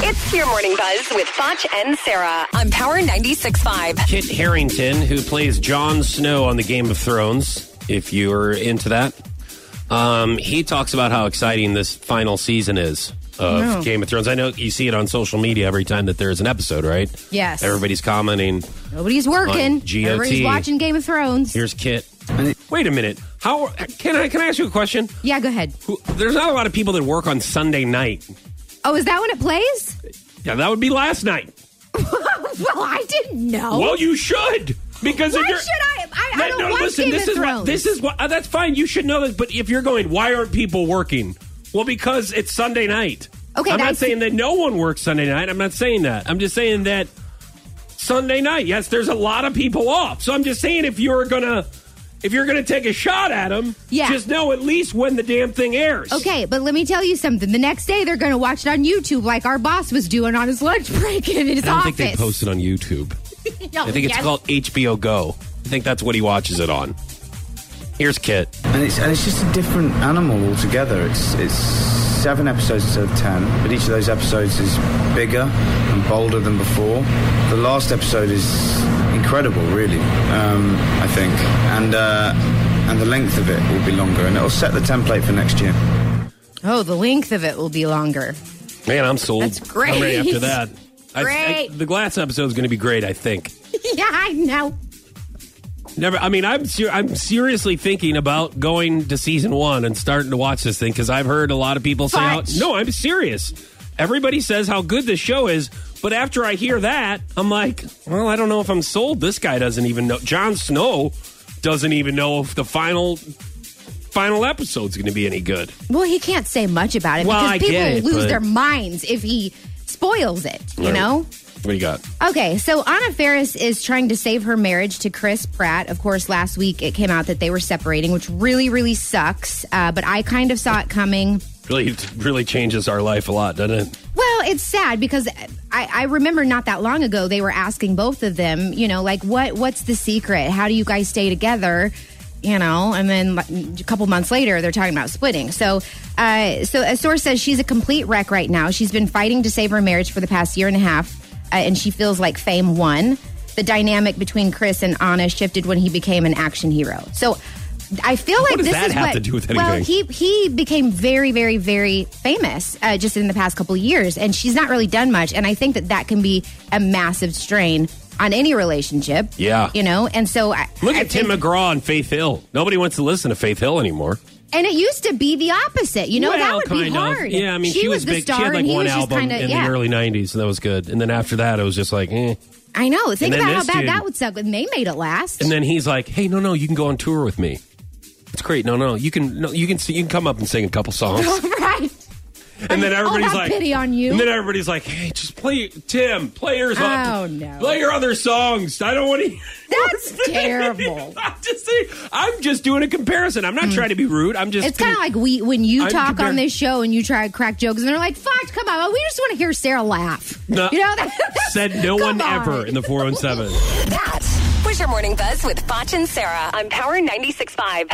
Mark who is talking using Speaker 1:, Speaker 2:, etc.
Speaker 1: It's your morning buzz with Foch and Sarah on Power 96.5.
Speaker 2: Kit Harrington, who plays Jon Snow on the Game of Thrones, if you're into that, um, he talks about how exciting this final season is of
Speaker 3: No.
Speaker 2: Game of Thrones. I know you see it on social media every time that there's an episode, right?
Speaker 3: Yes.
Speaker 2: Everybody's commenting.
Speaker 3: Nobody's working.
Speaker 2: On GOT.
Speaker 3: Everybody's watching Game of Thrones.
Speaker 2: Here's Kit. Wait a minute. How can I can I ask you a question?
Speaker 3: yeah, go ahead.
Speaker 2: Who- There's not a lot of people that work on Sunday night.
Speaker 3: Oh, is that when it plays?
Speaker 2: Yeah, that would be last night.
Speaker 3: Well, I didn't know.
Speaker 2: Well, you should because
Speaker 3: Oh. Why
Speaker 2: if you're,
Speaker 3: should I? I, I
Speaker 2: No,
Speaker 3: don't
Speaker 2: no,
Speaker 3: watch
Speaker 2: listen.
Speaker 3: Game
Speaker 2: this
Speaker 3: of
Speaker 2: is
Speaker 3: Thrones.
Speaker 2: what this is what. uh, that's fine. You should know this. But if you're going, why aren't people working? Well, because it's Sunday night.
Speaker 3: Okay,
Speaker 2: I'm
Speaker 3: I
Speaker 2: not
Speaker 3: see-
Speaker 2: saying that no one works Sunday night. I'm not saying that. I'm just saying that Sunday night. Yes, there's a lot of people off. So I'm just saying if you're gonna if you're gonna take a shot at them,
Speaker 3: Yeah.
Speaker 2: just know at least when the damn thing airs.
Speaker 3: Okay, but let me tell you something. The next day, they're going to watch it on YouTube, like our boss was doing on his lunch break in his office.
Speaker 2: it on YouTube.
Speaker 3: No, yes.
Speaker 2: HBO Go. I think that's what he watches it on. Here's Kit.
Speaker 4: And it's, and it's just a different animal altogether. It's, it's seven episodes instead of ten, but each of those episodes is bigger and bolder than before. The last episode is incredible, really, um, I think. And, uh, and the length of it will be longer, and it'll set the template for next year.
Speaker 3: Oh, the length of it will be longer.
Speaker 2: Man, I'm sold.
Speaker 3: That's great.
Speaker 2: I'm ready after that. I- I,
Speaker 3: Great.
Speaker 2: the glass episode is going to be great. I think.
Speaker 3: yeah, I know.
Speaker 2: Never. I mean, I'm ser- I'm seriously thinking about going to season one and starting to watch this thing because I've heard a lot of people say, how,
Speaker 3: Fudge.
Speaker 2: "No, I'm serious." Everybody says how good this show is, but after I hear that, I'm like, "Well, I don't know if I'm sold." This guy doesn't even know. Jon Snow doesn't even know if the final final episode's going to be any good.
Speaker 3: Well, he can't say much about it
Speaker 2: Well,
Speaker 3: because
Speaker 2: I
Speaker 3: people
Speaker 2: get it,
Speaker 3: will lose
Speaker 2: but-
Speaker 3: their minds if he spoils it, you know?
Speaker 2: What do you got?
Speaker 3: Okay, so Anna Ferris is trying to save her marriage to Chris Pratt. Of course, last week it came out that they were separating, which really, really sucks. Uh, but I kind of saw it coming.
Speaker 2: Really, really changes our life a lot, doesn't it?
Speaker 3: Well, it's sad because I, I remember not that long ago they were asking both of them, you know, like what what's the secret? How do you guys stay together? You know, and then like, a couple months later they're talking about splitting. So, uh, so a source says she's a complete wreck right now. She's been fighting to save her marriage for the past year and a half, uh, and she feels like fame won. The dynamic between Chris and Anna shifted when he became an action hero. So. I feel like
Speaker 2: does
Speaker 3: this
Speaker 2: that
Speaker 3: is
Speaker 2: have
Speaker 3: what,
Speaker 2: to do with
Speaker 3: Well,
Speaker 2: anything?
Speaker 3: he he became very, very, very famous uh, just in the past couple of years, and she's not really done much. And I think that that can be a massive strain on any relationship.
Speaker 2: Yeah.
Speaker 3: you know. And so I
Speaker 2: Look
Speaker 3: I
Speaker 2: at Tim
Speaker 3: think-
Speaker 2: McGraw and Faith Hill. Nobody wants to listen to Faith Hill anymore.
Speaker 3: And it used to be the opposite. You know, that
Speaker 2: Well,
Speaker 3: would be
Speaker 2: kind of.
Speaker 3: hard.
Speaker 2: Yeah, I mean, she, was
Speaker 3: the
Speaker 2: big.
Speaker 3: star,
Speaker 2: she had like
Speaker 3: and he
Speaker 2: one
Speaker 3: was just
Speaker 2: album
Speaker 3: kinda,
Speaker 2: in
Speaker 3: yeah.
Speaker 2: the early '90s, and that was good. And then after that, it was just like, eh.
Speaker 3: I know. Think
Speaker 2: then
Speaker 3: about how
Speaker 2: this
Speaker 3: bad
Speaker 2: dude-
Speaker 3: that would suck. And they made it last.
Speaker 2: And then he's like, "Hey, no, no, you can go on tour with me. It's great. No, no, you can, no, you can, sing, you can come up and sing a couple songs."
Speaker 3: right.
Speaker 2: and then
Speaker 3: I'll
Speaker 2: everybody's
Speaker 3: have
Speaker 2: like,
Speaker 3: pity on you.
Speaker 2: And then everybody's like, "Hey, just play Tim, play your,
Speaker 3: Oh, no.
Speaker 2: play your other songs. I don't want to."
Speaker 3: That's terrible. Hmm.
Speaker 2: I'm just saying, I'm just doing a comparison. I'm not trying to be rude. I'm just.
Speaker 3: It's kind of like we when you
Speaker 2: I'm
Speaker 3: talk
Speaker 2: compar-
Speaker 3: on this show and you try to crack jokes and they're like, "Fuck, come on, we just want to hear Sarah laugh."
Speaker 2: No.
Speaker 3: You know, that,
Speaker 2: said no
Speaker 3: Come
Speaker 2: one ever
Speaker 3: on.
Speaker 2: in the oh 417.
Speaker 1: That was your morning buzz with Foch and Sarah on Power 96.5.